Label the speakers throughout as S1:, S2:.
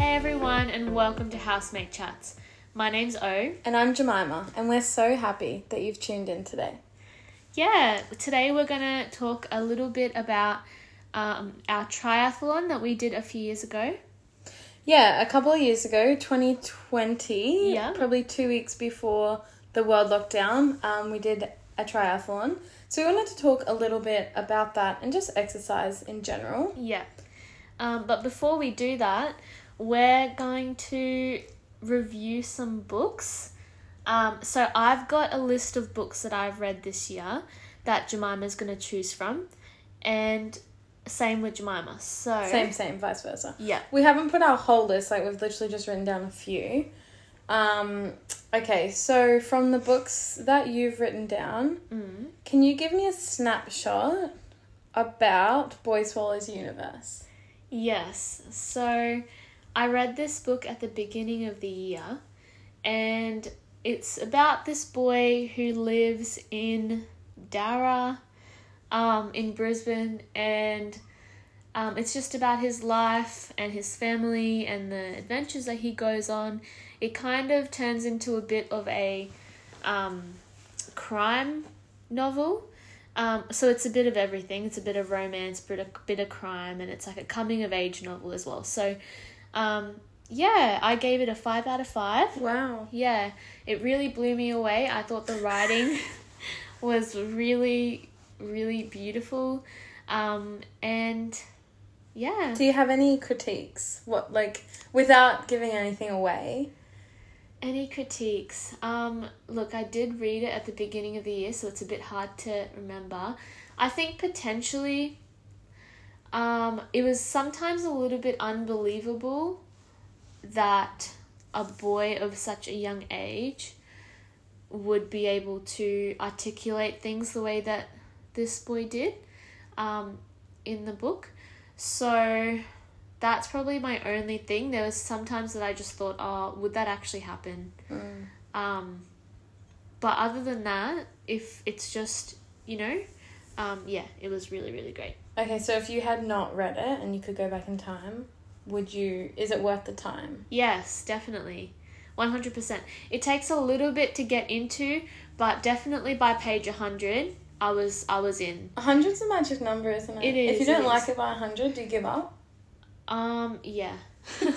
S1: everyone, and welcome to Housemate Chats. My name's O.
S2: And I'm Jemima, and we're so happy that you've tuned in today.
S1: Yeah, today we're gonna talk a little bit about um, our triathlon that we did a few years ago.
S2: Yeah, a couple of years ago, 2020,
S1: Yeah.
S2: probably two weeks before the world lockdown, um, we did a triathlon. So we wanted to talk a little bit about that and just exercise in general.
S1: Yeah. Um, but before we do that, we're going to review some books. Um, so I've got a list of books that I've read this year that Jemima's going to choose from, and same with Jemima. So
S2: Same, same, vice versa.
S1: Yeah.
S2: We haven't put our whole list, like, we've literally just written down a few. Um, okay, so from the books that you've written down,
S1: Mm.
S2: Can you give me a snapshot about Boy Swallow's universe?
S1: Yes. So I read this book at the beginning of the year, and it's about this boy who lives in Dara, um, in Brisbane, and um, it's just about his life and his family and the adventures that he goes on. It kind of turns into a bit of a um, crime novel. Um, so it's a bit of everything. It's a bit of romance, bit of, bit of crime, and it's like a coming of age novel as well. So, um, yeah, I gave it a five out of five.
S2: Wow.
S1: Yeah, it really blew me away. I thought the writing was really, really beautiful. Um, and yeah,
S2: Do you have any critiques? What like without giving anything away?
S1: any critiques? Um, look, I did read it at the beginning of the year, so it's a bit hard to remember. I think potentially um, it was sometimes a little bit unbelievable that a boy of such a young age would be able to articulate things the way that this boy did um, in the book. So that's probably my only thing. There was sometimes that I just thought, oh, would that actually happen? Um, but other than that, if it's just, you know, um, yeah, it was really, really great.
S2: Okay, so if you had not read it and you could go back in time, would you is it worth the time?
S1: Yes, definitely. 100%. It takes a little bit to get into, but definitely by page 100, I was I was in.
S2: A hundred's a magic number, isn't it?
S1: It
S2: If
S1: is,
S2: you don't
S1: it
S2: like
S1: is.
S2: it by a hundred, do you give up?
S1: Um yeah.
S2: Fair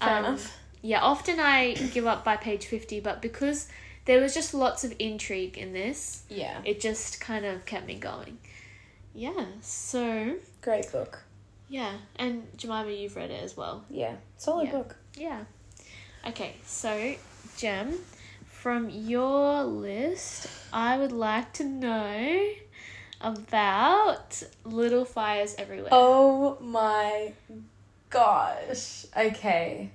S1: Um,
S2: enough.
S1: Yeah, often I give up by page 50, but because there was just lots of intrigue in this,
S2: Yeah.
S1: it just kind of kept me going. Yeah, so
S2: Great book.
S1: yeah, and Jemima, you've read it as well.
S2: Yeah. Solid
S1: Yeah.
S2: book.
S1: Yeah. Okay, so Jem, from your list, I would like to know about Little Fires Everywhere.
S2: Oh my gosh. Okay.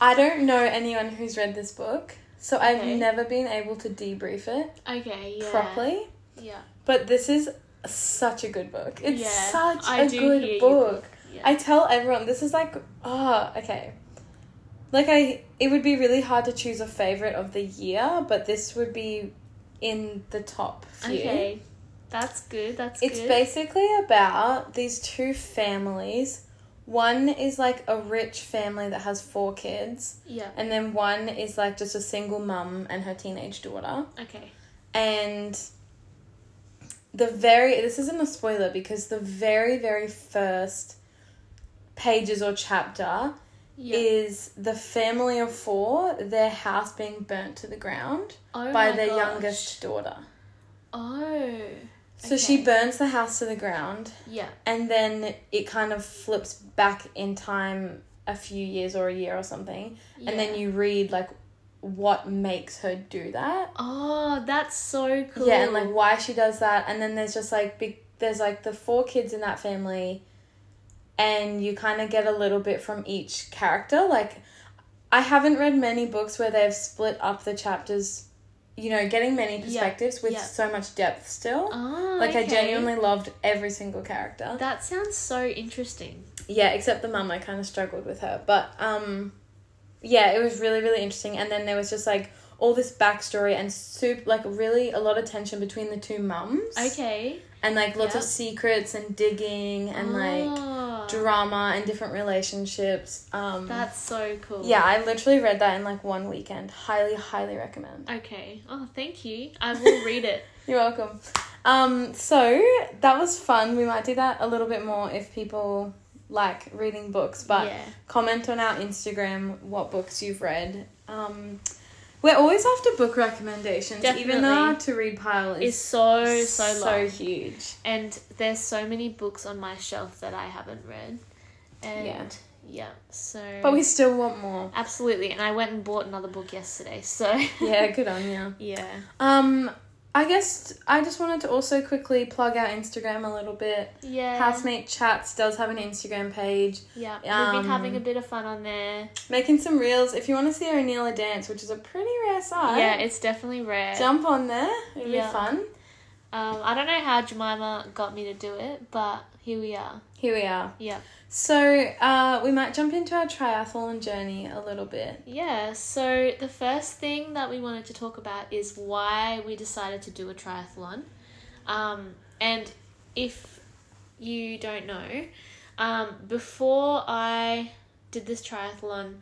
S2: I don't know anyone who's read this book, so
S1: Okay.
S2: I've never been able to debrief it
S1: okay, yeah.
S2: properly.
S1: Yeah.
S2: But this is such a good book. It's
S1: yeah.
S2: such
S1: I
S2: a
S1: do
S2: good
S1: hear you,
S2: book.
S1: Yeah.
S2: I tell everyone this is like ah okay. Like I it would be really hard to choose a favorite of the year, but this would be in the top few.
S1: okay. That's good. That's
S2: It's
S1: good.
S2: basically about these two families. One is like a rich family that has four kids.
S1: yeah.
S2: And then one is like just a single mum and her teenage daughter.
S1: Okay.
S2: And the very, this isn't a spoiler because the very, very first pages or chapter
S1: Yeah.
S2: is the family of four, their house being burnt to the ground
S1: oh
S2: by
S1: my
S2: their
S1: gosh.
S2: youngest daughter.
S1: Oh.
S2: So she
S1: Okay.
S2: burns the house to the ground
S1: Yeah.
S2: and then it kind of flips back in time a few years or a year or something.
S1: yeah.
S2: and then you read like what makes her do that
S1: Oh, that's so cool.
S2: yeah and like why she does that and then there's just like big there's like the four kids in that family and you kind of get a little bit from each character like i haven't read many books where they've split up the chapters you know getting many perspectives with
S1: yeah.
S2: so much depth still
S1: Oh,
S2: like i
S1: okay.
S2: genuinely loved every single character
S1: That sounds so interesting.
S2: yeah except the mum i kind of struggled with her but um yeah it was really really interesting and then there was just like all this backstory and soup like really a lot of tension between the two mums
S1: Okay.
S2: and like lots of
S1: Yeah. Ah.
S2: secrets and digging and like
S1: Wow.
S2: drama and different relationships. Um,
S1: That's so cool.
S2: yeah, I literally read that in like one weekend. Highly, highly recommend.
S1: Okay. Oh, thank you. I will read it.
S2: You're welcome. Um, so that was fun. We might do that a little bit more if people like reading books, but
S1: yeah.
S2: comment on our Instagram what books you've read. Um, we're always after book recommendations, even
S1: Definitely.
S2: though our to read pile
S1: It's
S2: is
S1: so so low.
S2: huge.
S1: And there's so many books on my shelf that I haven't read. And yeah.
S2: Yeah.
S1: so
S2: But we still want more.
S1: Absolutely. And I went and bought another book yesterday. So
S2: Yeah, good on you.
S1: Yeah.
S2: Um, I guess I just wanted to also quickly plug our Instagram a little bit.
S1: Yeah.
S2: Housemate Chats does have an Instagram page.
S1: Yeah. We've
S2: um,
S1: been having a bit of fun on there.
S2: Making some reels. If you want to see our Anila dance, which is a pretty rare size,
S1: Yeah, it's definitely rare.
S2: jump on there. It'll
S1: Yeah.
S2: be fun.
S1: Um, I don't know how Jemima got me to do it, but here we are.
S2: Here we are.
S1: Yeah.
S2: So uh, we might jump into our triathlon journey a little bit.
S1: Yeah, so the first thing that we wanted to talk about is why we decided to do a triathlon. Um, and if you don't know, um, before I did this triathlon,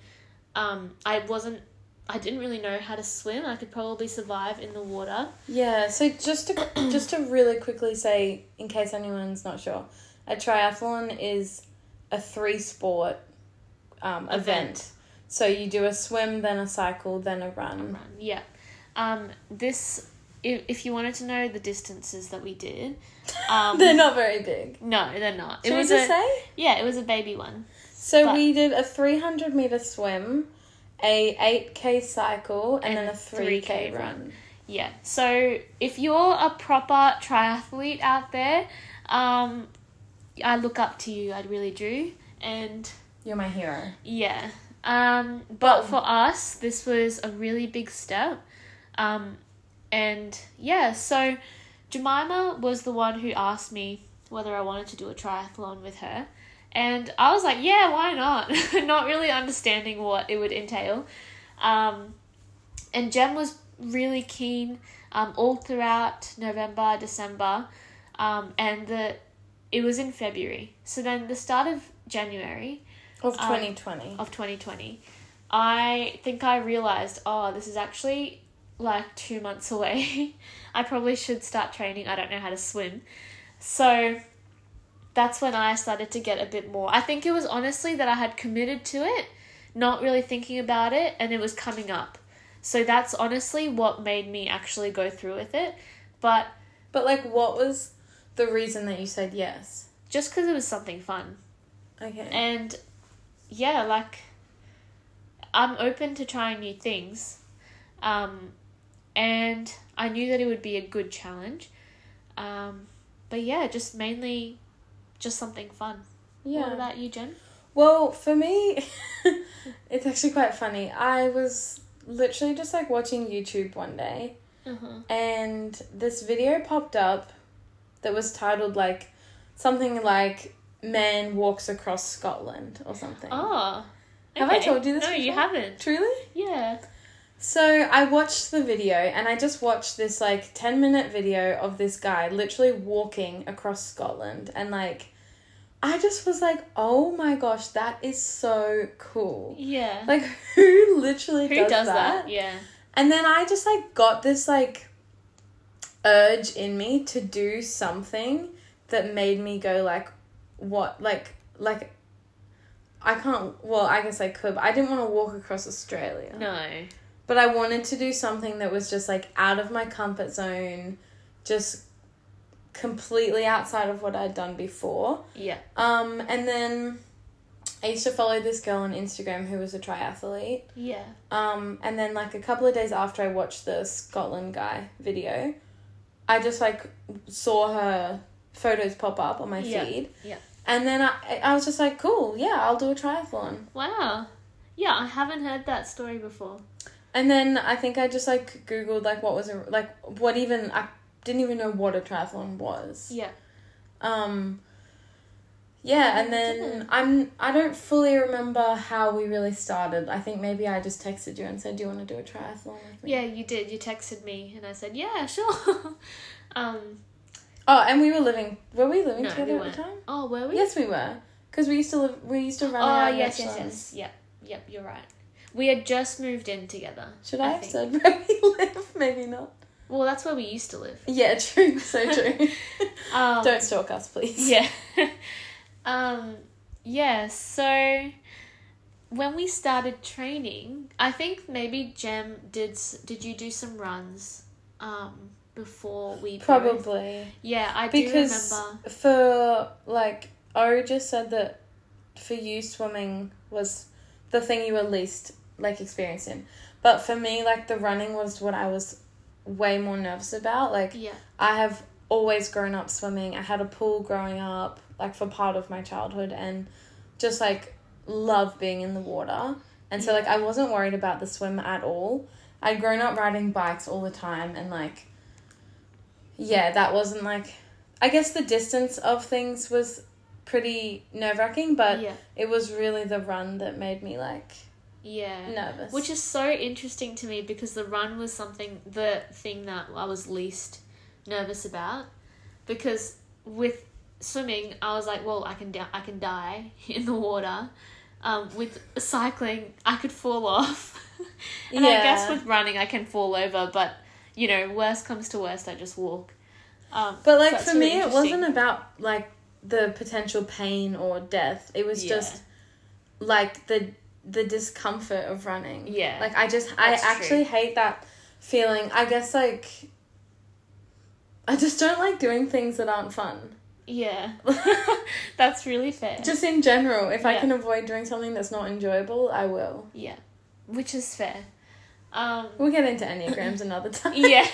S1: um, I wasn't, I didn't really know how to swim. I could probably survive in the water.
S2: Yeah. So just to just to really quickly say, in case anyone's not sure, a triathlon is a three sport um, event.
S1: Event.
S2: So you do a swim, then a cycle, then a run.
S1: run. Yeah. Um, this, if, if you wanted to know the distances that we did, um,
S2: They're not very big.
S1: no, they're not.
S2: Should
S1: it was
S2: we just
S1: a,
S2: say?
S1: yeah, it was a baby one.
S2: So
S1: But-
S2: we did a 300 meter swim, a 8k cycle,
S1: And
S2: and, then a
S1: a
S2: 3k,
S1: 3K
S2: run.
S1: run. Yeah. So if you're a proper triathlete out there, um, I look up to you. I really do. And
S2: You're my hero.
S1: yeah. Um, but for us, this was a really big step. Um, and yeah, so Jemima was the one who asked me whether I wanted to do a triathlon with her. And I was like, yeah, why not? not really understanding what it would entail. Um, and Jem was really keen um, all throughout November, December, um, and the it was in February. So then the start of January,
S2: Of
S1: Um,
S2: 2020.
S1: of 2020, I think I realized, oh, this is actually like two months away. I probably should start training. I don't know how to swim. So that's when I started to get a bit more. I think it was honestly that I had committed to it, not really thinking about it, and it was coming up. So that's honestly what made me actually go through with it. But
S2: but, like, what was the reason that you said yes?
S1: just because it was something fun.
S2: Okay.
S1: and yeah like i'm open to trying new things um and i knew that it would be a good challenge um but yeah just mainly just something fun
S2: Yeah.
S1: what about you jen
S2: Well, for me, it's actually quite funny. I was literally just like watching YouTube one day,
S1: uh-huh.
S2: and this video popped up that was titled like something like "Man Walks Across Scotland" or something.
S1: oh
S2: Have I told you this
S1: no you
S2: before?
S1: haven't
S2: Truly?
S1: yeah
S2: So I watched the video and I just watched this like 10 minute video of this guy literally walking across Scotland and like I just was like, "Oh my gosh, that is so cool."
S1: yeah
S2: Like who literally
S1: who
S2: does,
S1: does,
S2: that?
S1: that? yeah
S2: And then I just like got this like urge in me to do something that made me go like what like like I can't well, I guess I could. But I didn't want to walk across Australia.
S1: no
S2: But I wanted to do something that was just like out of my comfort zone, just completely outside of what I'd done before.
S1: yeah
S2: Um, and then I used to follow this girl on Instagram who was a triathlete.
S1: yeah
S2: Um, and then like a couple of days after I watched the Scotland guy video, I just like saw her photos pop up on my
S1: Yeah,
S2: feed.
S1: yeah.
S2: And then I I was just like, cool, yeah, I'll do a triathlon.
S1: wow yeah i haven't heard that story before
S2: And then I think I just like googled like what was a, like what even I didn't even know what a triathlon was.
S1: yeah
S2: Um yeah, and then I'm I don't fully remember how we really started. I think maybe I just texted you and said, "Do you want to do a triathlon with me?"
S1: Yeah, you did. You texted me, and I said, "Yeah, sure." um,
S2: Oh, and we were living. Were we living
S1: No, we
S2: together at
S1: weren't.
S2: the time?
S1: oh, were we?
S2: Yes, we were. because we used to live, we used to run
S1: Oh
S2: around.
S1: yes, yes,
S2: restaurants.
S1: yes. Yep, yep. You're right. We had just moved in together.
S2: Should I,
S1: I
S2: have
S1: think.
S2: said where we live? Maybe not.
S1: Well, that's where we used to live.
S2: Yeah, true. So true.
S1: Um,
S2: Don't stalk us, please.
S1: Yeah. um, yeah, so when we started training, I think maybe Jem did s- did you do some runs um before we both-
S2: Probably.
S1: Yeah, I
S2: Because
S1: do remember.
S2: for like Ori just said that for you swimming was the thing you were least like experienced in. But for me, like the running was what I was way more nervous about. Like
S1: Yeah.
S2: I have always grown up swimming. I had a pool growing up, like for part of my childhood, and just like love being in the water. And so, like, I wasn't worried about the swim at all. I'd grown up riding bikes all the time, and like, yeah, that wasn't like, I guess the distance of things was pretty nerve wracking, but
S1: yeah.
S2: it was really the run that made me like
S1: Yeah.
S2: nervous.
S1: Which is so interesting to me because the run was something the thing that I was least nervous about because with swimming I was like, well, I can di- I can die in the water. Um, with cycling, I could fall off, and I guess
S2: Yeah.
S1: with running, I can fall over. But you know, worst comes to worst, I just walk. Um,
S2: But like
S1: That's
S2: for
S1: really
S2: me, it
S1: interesting.
S2: wasn't about like the potential pain or death. It was
S1: Yeah.
S2: just like the the discomfort of running.
S1: Yeah.
S2: Like I just
S1: That's
S2: I actually hate that feeling. I guess like I just don't like doing things that aren't fun.
S1: yeah, that's really fair.
S2: Just in general, if I
S1: Yeah.
S2: can avoid doing something that's not enjoyable, I will.
S1: yeah, which is fair. Um,
S2: We'll get into enneagrams another time.
S1: yeah.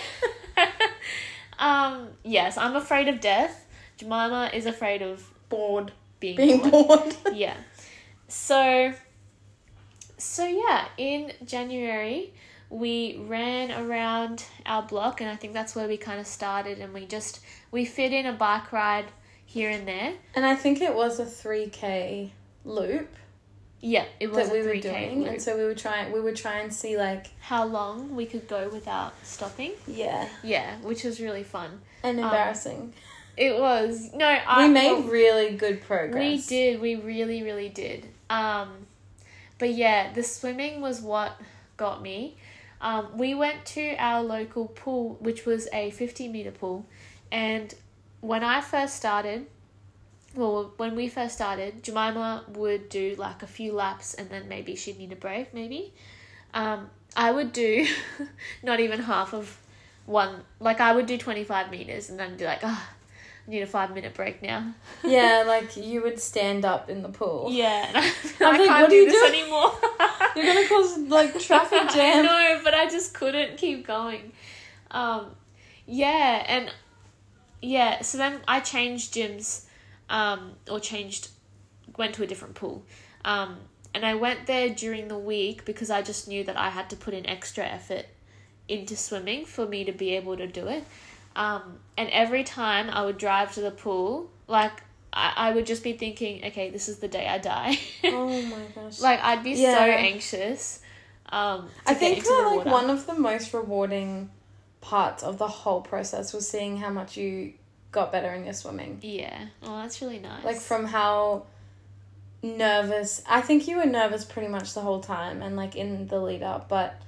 S1: um, yes, I'm afraid of death. Jemima is afraid of
S2: bored,
S1: being,
S2: being
S1: born.
S2: bored.
S1: yeah. So so yeah, in January we ran around our block and I think that's where we kind of started and we just we fit in a bike ride here and there.
S2: and I think it was a three k loop
S1: Yeah, it was
S2: that we
S1: a
S2: were
S1: 3K
S2: doing,
S1: loop.
S2: and so we were trying. We were trying to see like
S1: How long we could go without stopping.
S2: yeah,
S1: Yeah, which was really fun.
S2: and
S1: Um,
S2: embarrassing.
S1: It was. No, I
S2: we made
S1: well,
S2: really good progress.
S1: We did. We really, really did. Um, but yeah, the swimming was what got me. Um, we went to our local pool, which was a 50 meter pool. And when I first started, well, when we first started, Jemima would do like a few laps and then maybe she'd need a break, maybe. Um, I would do not even half of one, like I would do 25 meters and then be like, ah, I need a five minute break now.
S2: Yeah, like you would stand up in the pool.
S1: Yeah, and I,
S2: I'm
S1: I
S2: like,
S1: can't
S2: what are
S1: do
S2: you
S1: this
S2: doing?
S1: anymore.
S2: You're gonna cause like traffic
S1: I
S2: jam.
S1: know, but I just couldn't keep going. Um, yeah, and yeah, so then I changed gyms, um, or changed, went to a different pool. Um, and I went there during the week because I just knew that I had to put in extra effort into swimming for me to be able to do it. Um, and every time I would drive to the pool, like, I, I would just be thinking, okay, this is the day I die.
S2: Oh my gosh.
S1: Like I'd be
S2: Yeah.
S1: so anxious. Um, to
S2: I
S1: get
S2: think
S1: into
S2: that
S1: the
S2: like
S1: water.
S2: one of the most rewarding parts of the whole process was seeing how much you got better in your swimming.
S1: Yeah. Oh, that's really nice.
S2: Like from how nervous I think you were nervous pretty much the whole time and like in the lead up, but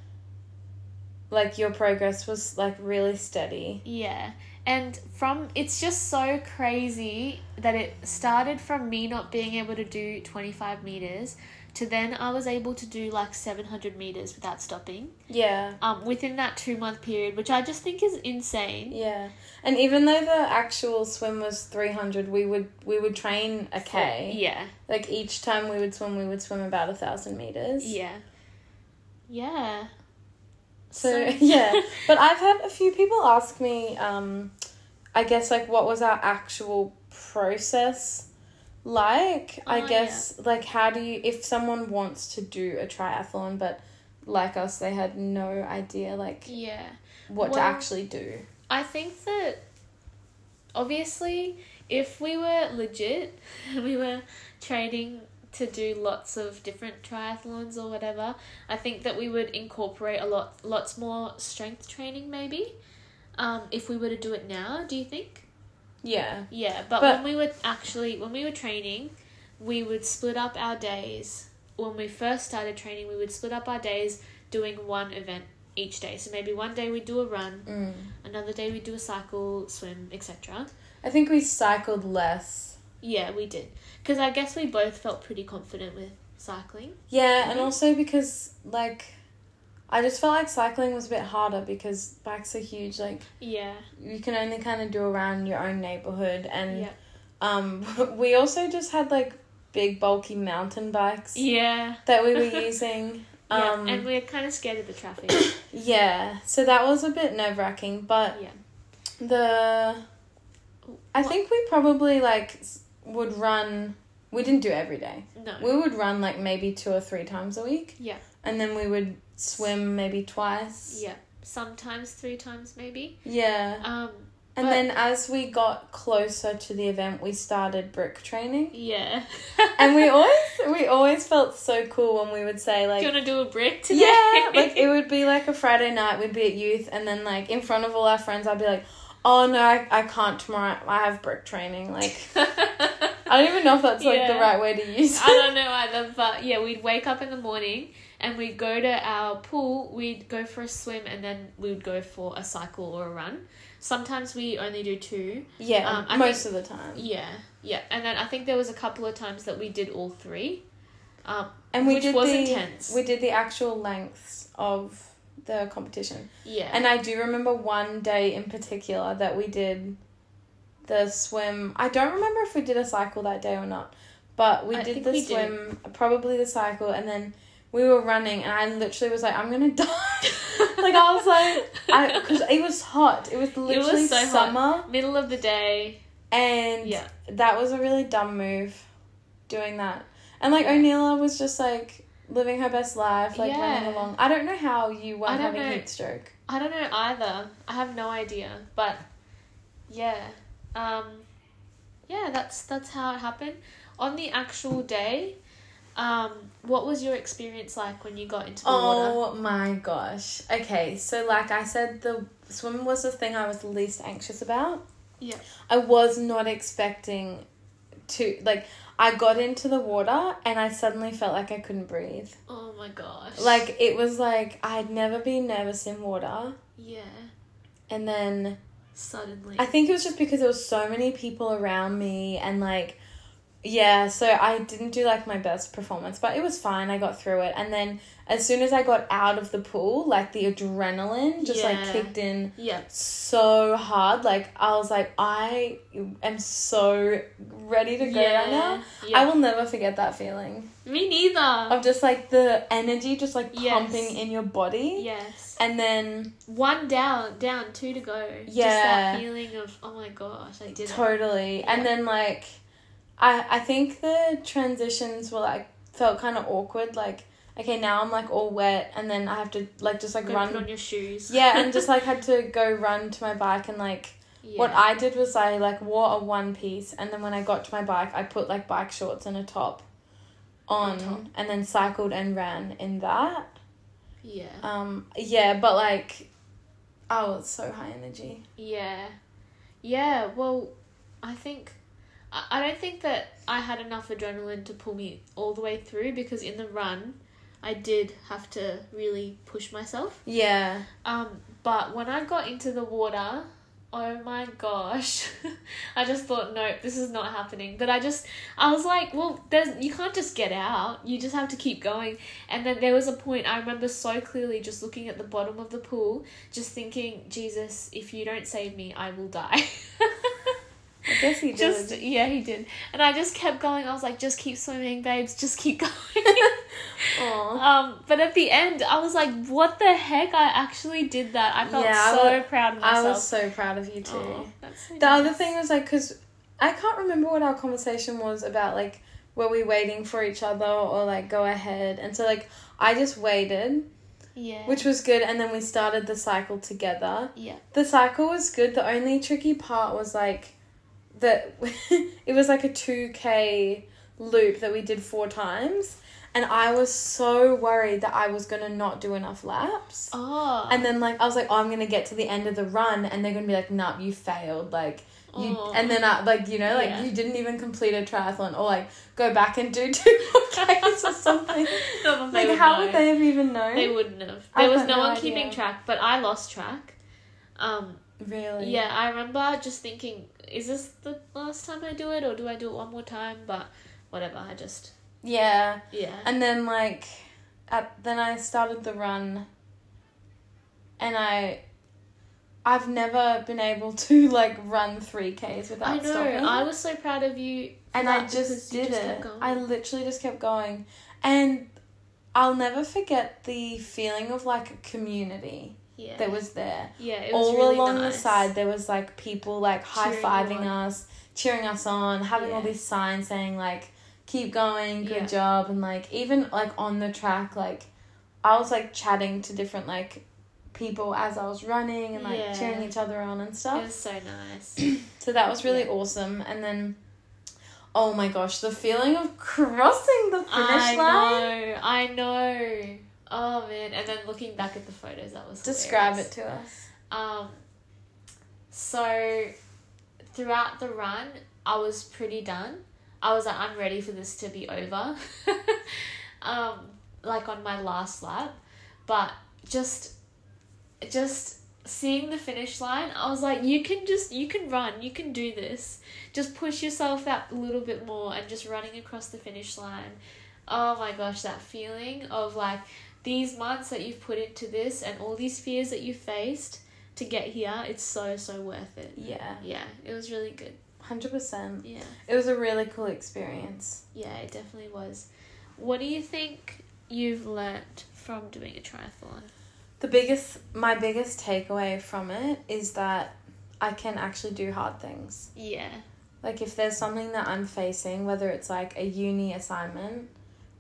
S2: like your progress was like really steady.
S1: yeah, and from it's just so crazy that it started from me not being able to do twenty five meters to then I was able to do like seven hundred meters without stopping.
S2: Yeah.
S1: Um, within that two month period, which I just think is insane.
S2: Yeah, and even though the actual swim was three hundred, we would we would train a k.
S1: Yeah.
S2: Like each time we would swim, we would swim about a thousand meters.
S1: Yeah. Yeah.
S2: So yeah, but I've had a few people ask me, um, I guess like what was our actual process like?
S1: Oh,
S2: I guess like how do you if someone wants to do a triathlon but like us they had no idea like
S1: yeah.
S2: what to
S1: Well-
S2: actually do.
S1: I think that obviously, if we were legit and we were training to do lots of different triathlons or whatever, I think that we would incorporate a lot, lots more strength training maybe. Um, if we were to do it now, do you think?
S2: Yeah.
S1: Yeah, but,
S2: But-
S1: when we were actually when we were training, we would split up our days. When we first started training, we would split up our days doing one event each day. So maybe one day we'd do a run,
S2: Mm.
S1: another day we'd do a cycle, swim, etc.
S2: I think we cycled less.
S1: Yeah, we did. Because I guess we both felt pretty confident with cycling.
S2: Yeah, and
S1: Mhm.
S2: also because like I just felt like cycling was a bit harder because bikes are huge. Like
S1: Yeah.
S2: you can only kind of do around your own neighborhood, and
S1: Yeah.
S2: um, we also just had like big bulky mountain bikes
S1: Yeah.
S2: that we were using.
S1: Yeah,
S2: Um,
S1: and we are kind of scared of the traffic.
S2: yeah, so that was a bit nerve wracking, but
S1: yeah.
S2: the I
S1: What?
S2: think we probably like s- would run. We didn't do every day.
S1: No.
S2: We would run like maybe two or three times a week.
S1: Yeah.
S2: And then we would swim maybe twice.
S1: yeah. Sometimes three times maybe.
S2: Yeah.
S1: Um.
S2: And
S1: But-
S2: then as we got closer to the event, we started brick training.
S1: Yeah.
S2: And we always we always felt so cool when we would
S1: do
S2: say
S1: you
S2: like
S1: want to do a brick today?
S2: yeah, like it would be like a Friday night. We'd be at youth, and then like in front of all our friends, I'd be like, "Oh no, I, I can't tomorrow. I have brick training." Like I don't even know if that's like the
S1: Yeah.
S2: right way to use it.
S1: I don't know either, but yeah, we'd wake up in the morning and we'd go to our pool, we'd go for a swim, and then we would go for a cycle or a run. Sometimes we only do two.
S2: Yeah,
S1: Um, I
S2: most of the time.
S1: Yeah, yeah. And then I think there was a couple of times that we did all three. Um,
S2: And we
S1: which
S2: did
S1: was
S2: the
S1: intense.
S2: we did the actual lengths of the competition.
S1: yeah.
S2: And I do remember one day in particular that we did the swim. I don't remember if we did a cycle that day or not, but we
S1: I
S2: did
S1: think
S2: the
S1: we did.
S2: swim, probably the cycle, and then we were running, and I literally was like, "I'm gonna die." like I was like, because it was hot. It was literally
S1: so hot.
S2: summer,
S1: middle of the day.
S2: and
S1: Yeah.
S2: that was a really dumb move, doing that. And like
S1: Yeah.
S2: O'Neilla was just like living her best life, like running
S1: Yeah.
S2: along. I don't know how you weren't
S1: don't
S2: having
S1: know.
S2: heat stroke.
S1: I don't know either. I have no idea. But yeah. Um yeah, that's that's how it happened. On the actual day, um, what was your experience like when you got into the water?
S2: Oh my gosh. Okay, so like I said, the swim was the thing I was the least anxious about.
S1: Yeah.
S2: I was not expecting to, like, I got into the water and I suddenly felt like I couldn't breathe.
S1: Oh my gosh.
S2: Like, it was like I'd never been nervous in water.
S1: Yeah.
S2: And then
S1: Suddenly.
S2: I think it was just because there was so many people around me and like yeah, so I didn't do like my best performance, but it was fine. I got through it. And then as soon as I got out of the pool, like the adrenaline just like
S1: Yeah.
S2: kicked in
S1: yeah.
S2: so hard. Like I was like I am so ready to go right now.
S1: Yeah.
S2: I will never forget that feeling
S1: Me neither.
S2: of just like the energy just like
S1: Yes.
S2: pumping in your body.
S1: Yes.
S2: And then
S1: One down, down, two to go. Just
S2: Yeah.
S1: that feeling of oh my gosh, I did it.
S2: Totally. And
S1: Yeah.
S2: then like I I think the transitions were like felt kind of awkward like okay, now I'm like all wet and then I have to like just like
S1: Go put
S2: run
S1: on your shoes.
S2: yeah, and just like had to go run to my bike and like
S1: Yeah.
S2: what I did was I like wore a one piece and then when I got to my bike I put like bike shorts and a top on
S1: On top.
S2: and then cycled and ran in that.
S1: Yeah.
S2: Um yeah, but like oh, it's so high energy.
S1: Yeah. Yeah, well, I think. I I don't think that I had enough adrenaline to pull me all the way through because in the run, I did have to really push myself.
S2: Yeah.
S1: Um, but when I got into the water, oh my gosh, I just thought, no, this is not happening. But I just, I was like, well, there's you can't just get out. You just have to keep going. And then there was a point I remember so clearly, just looking at the bottom of the pool, just thinking, Jesus, if you don't save me, I will die.
S2: I guess he did.
S1: just yeah, he did. And I just kept going. I was like, just keep swimming, babes. Just keep going.
S2: Aw.
S1: Um, but at the end, I was like, "What the heck? I actually did that. I felt
S2: Yeah, I
S1: so
S2: wa-
S1: proud of
S2: I
S1: myself."
S2: was so proud of you too.
S1: Aw, that's so
S2: The
S1: nice.
S2: other thing was like, because I can't remember what our conversation was about, like, were we waiting for each other or like go ahead? And so, like, I just waited,
S1: yeah,
S2: which was good, and then we started the cycle together.
S1: yeah,
S2: The cycle was good. The only tricky part was like that it was like a 2K loop that we did four times. and I was so worried that I was gonna not do enough laps.
S1: Oh.
S2: And then like I was like, oh, I'm gonna get to the end of the run, and they're gonna be like, nah, you failed. Like you,
S1: Oh.
S2: and then I like you know like
S1: Yeah.
S2: you didn't even complete a triathlon, or like go back and do two more Ks or something.
S1: Not that
S2: like
S1: would
S2: how
S1: know.
S2: would they have even known?
S1: They wouldn't have.
S2: I've
S1: There was
S2: got
S1: no,
S2: no
S1: one
S2: idea.
S1: keeping track, but I lost track. Um,
S2: really?
S1: yeah, I remember just thinking, is this the last time I do it, or do I do it one more time? But whatever, I just
S2: Yeah.
S1: yeah.
S2: And then like at then I started the run and I I've never been able to like run 3k's without
S1: I know.
S2: stopping.
S1: I was so proud of you. for
S2: and I
S1: that
S2: just
S1: because you
S2: did it.
S1: kept going.
S2: I literally just kept going. And I'll never forget the feeling of like a community
S1: yeah.
S2: that was there.
S1: yeah. It was
S2: All
S1: really
S2: along
S1: nice.
S2: the side there was like people like high
S1: Cheering you
S2: fiving
S1: on.
S2: us, cheering us on, having all
S1: Yeah.
S2: these signs saying like keep going, good
S1: Yeah.
S2: job and like even like on the track like I was like chatting to different like people as I was running and like
S1: Yeah.
S2: cheering each other on and
S1: It
S2: stuff.
S1: was so nice.
S2: So that was really
S1: Yeah.
S2: awesome. And then, oh my gosh, the feeling of crossing the finish
S1: I
S2: line.
S1: know. I know. Oh man! And then looking back at the photos, that was
S2: Describe
S1: hilarious.
S2: it to us.
S1: Um, so throughout the run, I was pretty done. I was like, I'm ready for this to be over. um, like on my last lap, but just, just seeing the finish line, I was like, you can just, you can run, you can do this. Just push yourself that little bit more, and just running across the finish line. Oh my gosh, that feeling of like these months that you've put into this and all these fears that you faced to get here, it's so so worth it.
S2: Yeah,
S1: Yeah, it was really good.
S2: hundred percent.
S1: Yeah,
S2: It was a really cool experience.
S1: yeah, it definitely was. What do you think you've learnt from doing a triathlon?
S2: The biggest, my biggest takeaway from it is that I can actually do hard things.
S1: Yeah,
S2: Like if there's something that I'm facing, whether it's like a uni assignment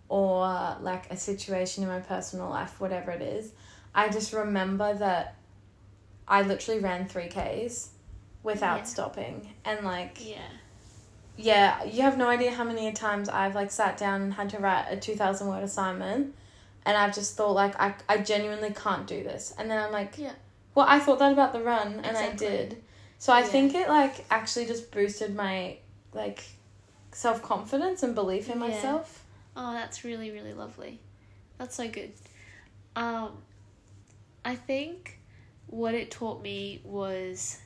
S2: or like a situation in my personal life, whatever it is, I just remember that I literally ran 3Ks without
S1: Yeah.
S2: stopping. And like
S1: yeah,
S2: yeah, you have no idea how many times I've like sat down and had to write a 2000 word assignment and I've just thought like I I genuinely can't do this. And then I'm like,
S1: Yeah.
S2: Well, I thought that about the run and
S1: Exactly.
S2: I did. So I
S1: Yeah.
S2: think it like actually just boosted my like self-confidence and belief in
S1: Yeah.
S2: myself.
S1: Oh, that's really, really lovely. That's so good. Um, I think what it taught me was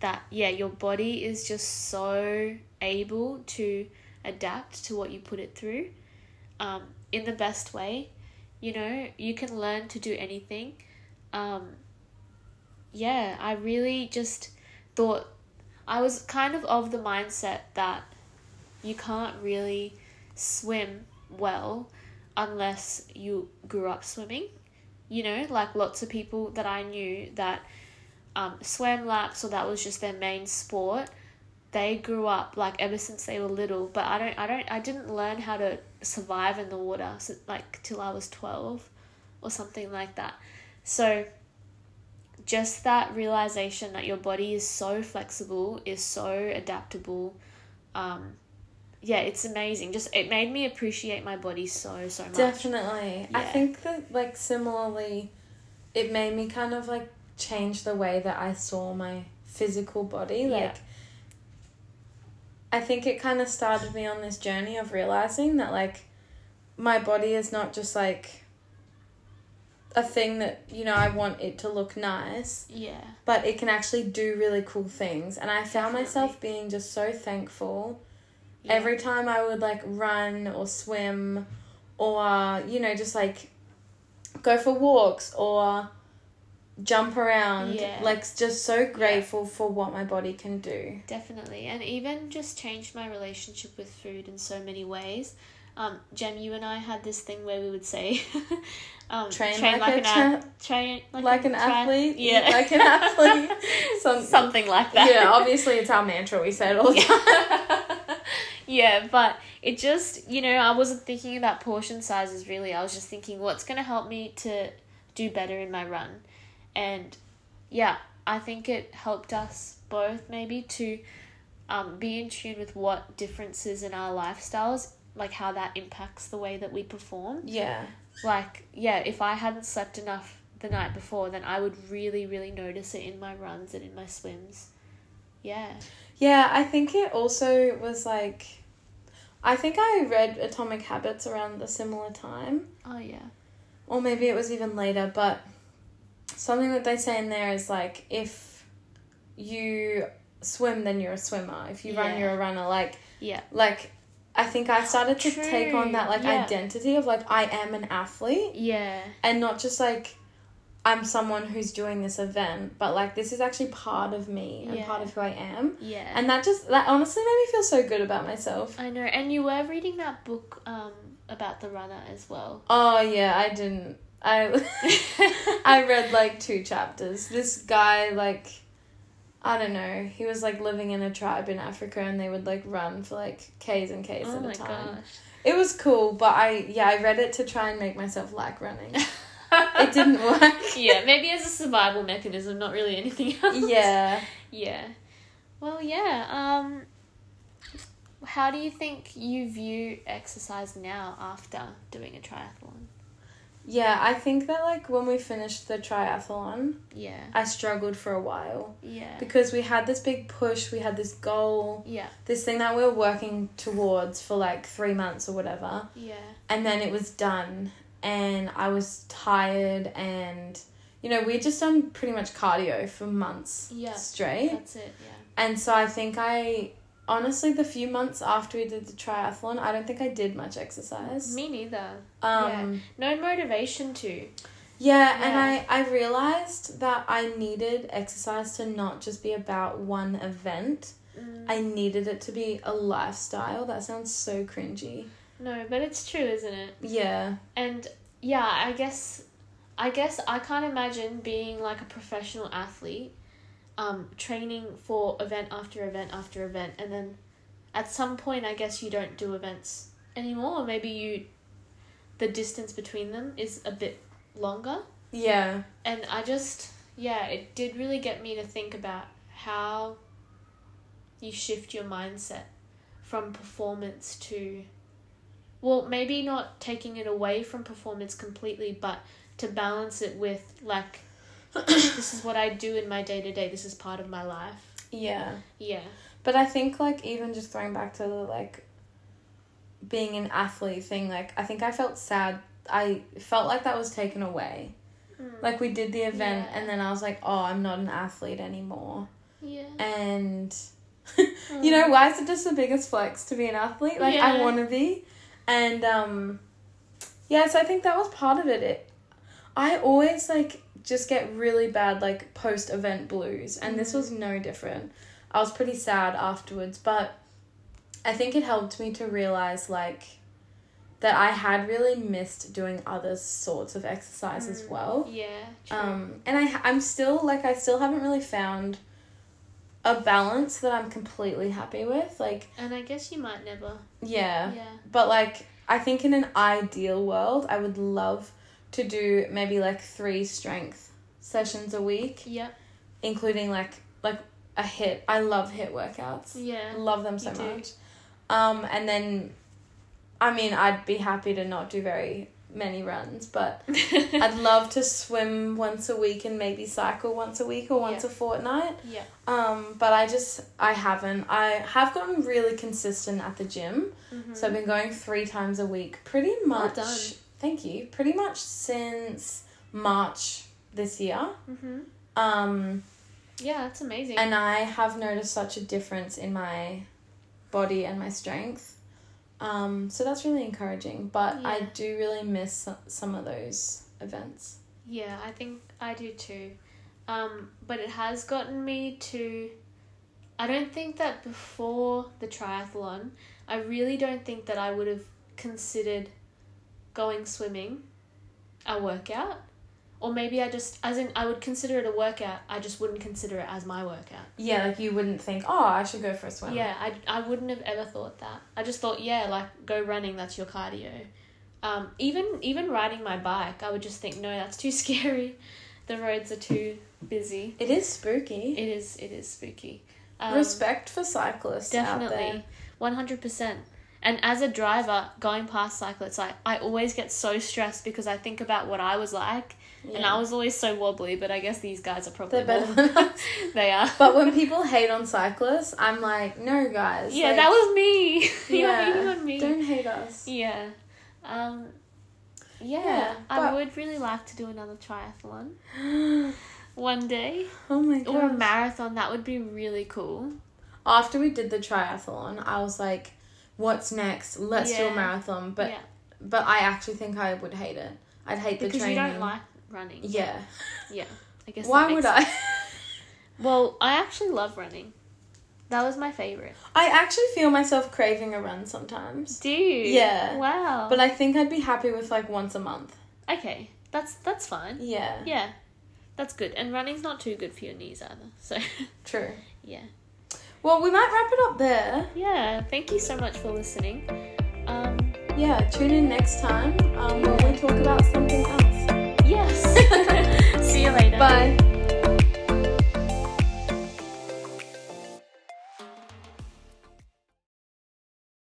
S1: that, yeah, your body is just so able to adapt to what you put it through um, in the best way. You know, you can learn to do anything. Um, yeah, I really just thought, I was kind of of the mindset that you can't really swim well unless you grew up swimming. You know, like lots of people that I knew that um, swam laps or that was just their main sport. They grew up like ever since they were little, but I don't, I don't, I didn't learn how to survive in the water so, like till I was twelve, or something like that. So, just that realization that your body is so flexible, is so adaptable, um, yeah, it's amazing. Just it made me appreciate my body so so much.
S2: Definitely. I
S1: Yeah.
S2: think that like similarly it made me kind of like change the way that I saw my physical body
S1: Yeah.
S2: like I think it kind of started me on this journey of realizing that like my body is not just like a thing that you know I want it to look nice,
S1: Yeah,
S2: but it can actually do really cool things. And I found myself being just so thankful
S1: yeah.
S2: every time I would like run or swim or you know just like go for walks or jump around
S1: Yeah.
S2: like just so grateful for what my body can do
S1: definitely, and even just changed my relationship with food in so many ways. Um, Jem, you and I had this thing where we would say, um,
S2: Train like a
S1: ath- train like,
S2: like
S1: a
S2: an
S1: tri-
S2: athlete, eat
S1: yeah,
S2: like an athlete, some,
S1: something like that.
S2: yeah. Obviously, it's our mantra. We say it all the time.
S1: yeah, but it just, you know, I wasn't thinking about portion sizes really. I was just thinking what's going to help me to do better in my run. And yeah, I think it helped us both maybe to um, be in tune with what differences in our lifestyles like how that impacts the way that we perform.
S2: Yeah.
S1: Like, yeah, if I hadn't slept enough the night before, then I would really, really notice it in my runs and in my swims. Yeah.
S2: Yeah, I think it also was like I think I read Atomic Habits around a similar time.
S1: Oh, yeah.
S2: Or maybe it was even later, but something that they say in there is like if you swim then you're a swimmer. If you
S1: Yeah.
S2: run you're a runner. Like
S1: Yeah.
S2: like I think I started to take
S1: True,
S2: on that like
S1: yeah.
S2: identity of like I am an athlete.
S1: Yeah.
S2: and not just like I'm someone who's doing this event, but like this is actually part of me and
S1: Yeah.
S2: part of who I am.
S1: Yeah.
S2: And that just that honestly made me feel so good about myself.
S1: I know. And you were reading that book um, about the runner as well.
S2: Oh yeah, I didn't. I I read like two chapters. This guy like I don't know. He was like living in a tribe in Africa and they would like run for like K's and K's
S1: oh
S2: at
S1: my
S2: a time.
S1: gosh.
S2: It was cool, but I yeah, I read it to try and make myself like running. it didn't work.
S1: yeah, maybe as a survival mechanism, not really anything else.
S2: Yeah.
S1: Yeah. Well, yeah. Um, how do you think you view exercise now after doing a triathlon?
S2: Yeah, I think that like when we finished the triathlon,
S1: Yeah.
S2: I struggled for a while
S1: Yeah.
S2: because we had this big push, we had this goal,
S1: Yeah.
S2: this thing that we were working towards for like 3 months or whatever,
S1: Yeah.
S2: and then it was done and I was tired and you know, we'd just done pretty much cardio for months
S1: Yeah.
S2: straight.
S1: That's it. Yeah.
S2: And so I think I honestly the few months after we did the triathlon, I don't think I did much exercise.
S1: Me neither.
S2: Um
S1: No motivation to.
S2: Yeah,
S1: Yeah.
S2: and I, I realized that I needed exercise to not just be about one event.
S1: Mm.
S2: I needed it to be a lifestyle. That sounds so cringy.
S1: No, but it's true, isn't it?
S2: Yeah.
S1: And yeah, I guess I guess I can't imagine being like a professional athlete, um, training for event after event after event and then at some point I guess you don't do events anymore, or maybe you the distance between them is a bit longer.
S2: Yeah.
S1: And I just yeah, it did really get me to think about how you shift your mindset from performance to well, maybe not taking it away from performance completely, but to balance it with like this is what I do in my day to day, this is part of my life.
S2: Yeah.
S1: Yeah.
S2: But I think, like, even just throwing back to the, like, being an athlete thing, like, I think I felt sad. I felt like that was taken away. Like, we did the event,
S1: Yeah.
S2: and then I was like, oh, I'm not an athlete anymore.
S1: Yeah.
S2: and you know why is it just the biggest flex to be an athlete like i
S1: Mm. Yeah.
S2: want to be and um yeah so i think that was part of it it i always like just get really bad like post event blues and this was no different i was pretty sad afterwards but i think it helped me to realize like that i had really missed doing other sorts of exercise as
S1: Mm.
S2: well
S1: Yeah. True.
S2: um and i i'm still like i still haven't really found a balance that i'm completely happy with like
S1: and I guess you might never.
S2: yeah,
S1: Yeah.
S2: but like i think in an ideal world i would love to do maybe like three strength sessions a week
S1: Yep.
S2: including like like a hit i love hit workouts
S1: Yeah.
S2: love them so
S1: you do.
S2: much um and then i mean i'd be happy to not do very many runs but I'd love to swim once a week and maybe cycle once a week or once
S1: Yeah.
S2: a fortnight.
S1: yeah.
S2: Um, but I just I haven't. I have gotten really consistent at the gym,
S1: Mhm.
S2: so I've been going three times a week, pretty
S1: Well
S2: much.
S1: done.
S2: Thank you. Pretty much since March this year.
S1: Mhm.
S2: Um,
S1: Yeah, that's amazing.
S2: and I have noticed such a difference in my body and my strength. Um, so that's really encouraging. But I
S1: Yeah.
S2: do really miss some- some of those events.
S1: Yeah, I think I do too. Um, but it has gotten me to. I don't think that before the triathlon, I really don't think that I would have considered going swimming a workout. Or maybe I just, as in, I would consider it a workout, I just wouldn't consider it as my workout.
S2: Yeah, like you wouldn't think, oh, I should go for a swim.
S1: Yeah, I, I wouldn't have ever thought that. I just thought, yeah, like go running, that's your cardio. Um, even even riding my bike, I would just think, no, that's too scary. The roads are too busy.
S2: It is spooky.
S1: It is it is spooky. Um,
S2: Respect for cyclists out
S1: definitely,
S2: there.
S1: one hundred percent. And as a driver going past cyclists, I, I always get so stressed because I think about what I was like. And
S2: Yeah.
S1: I was always so wobbly, but I guess these guys are probably
S2: They're better
S1: more-
S2: than us.
S1: they are.
S2: But when people hate on cyclists, I'm like, no, guys.
S1: yeah,
S2: like,
S1: that was me. You're
S2: yeah,
S1: hating on me.
S2: Don't hate us.
S1: Yeah. Um, yeah,
S2: Yeah,
S1: I
S2: but-
S1: would really like to do another triathlon
S2: oh
S1: one day
S2: my
S1: or a
S2: god.
S1: marathon. That would be really cool.
S2: After we did the triathlon, I was like, what's next? Let's do
S1: Yeah.
S2: a marathon. But
S1: yeah,
S2: but I actually think I would hate it. I'd hate the
S1: because you
S2: training.
S1: don't like running.
S2: Yeah.
S1: Yeah, I guess.
S2: Why would I?
S1: I? Well, I actually love running. That was my favorite.
S2: I actually feel myself craving a run sometimes.
S1: Do you?
S2: Yeah.
S1: Wow.
S2: But I think I'd be happy with like once a month.
S1: okay, that's that's fine.
S2: Yeah.
S1: Yeah, that's good. And running's not too good for your knees either. So,
S2: True.
S1: yeah.
S2: Well, we might wrap it up there.
S1: Yeah, thank you so much for listening. Um,
S2: Yeah, tune in next time um, when we talk about something else.
S1: yes. See you later.
S2: Bye.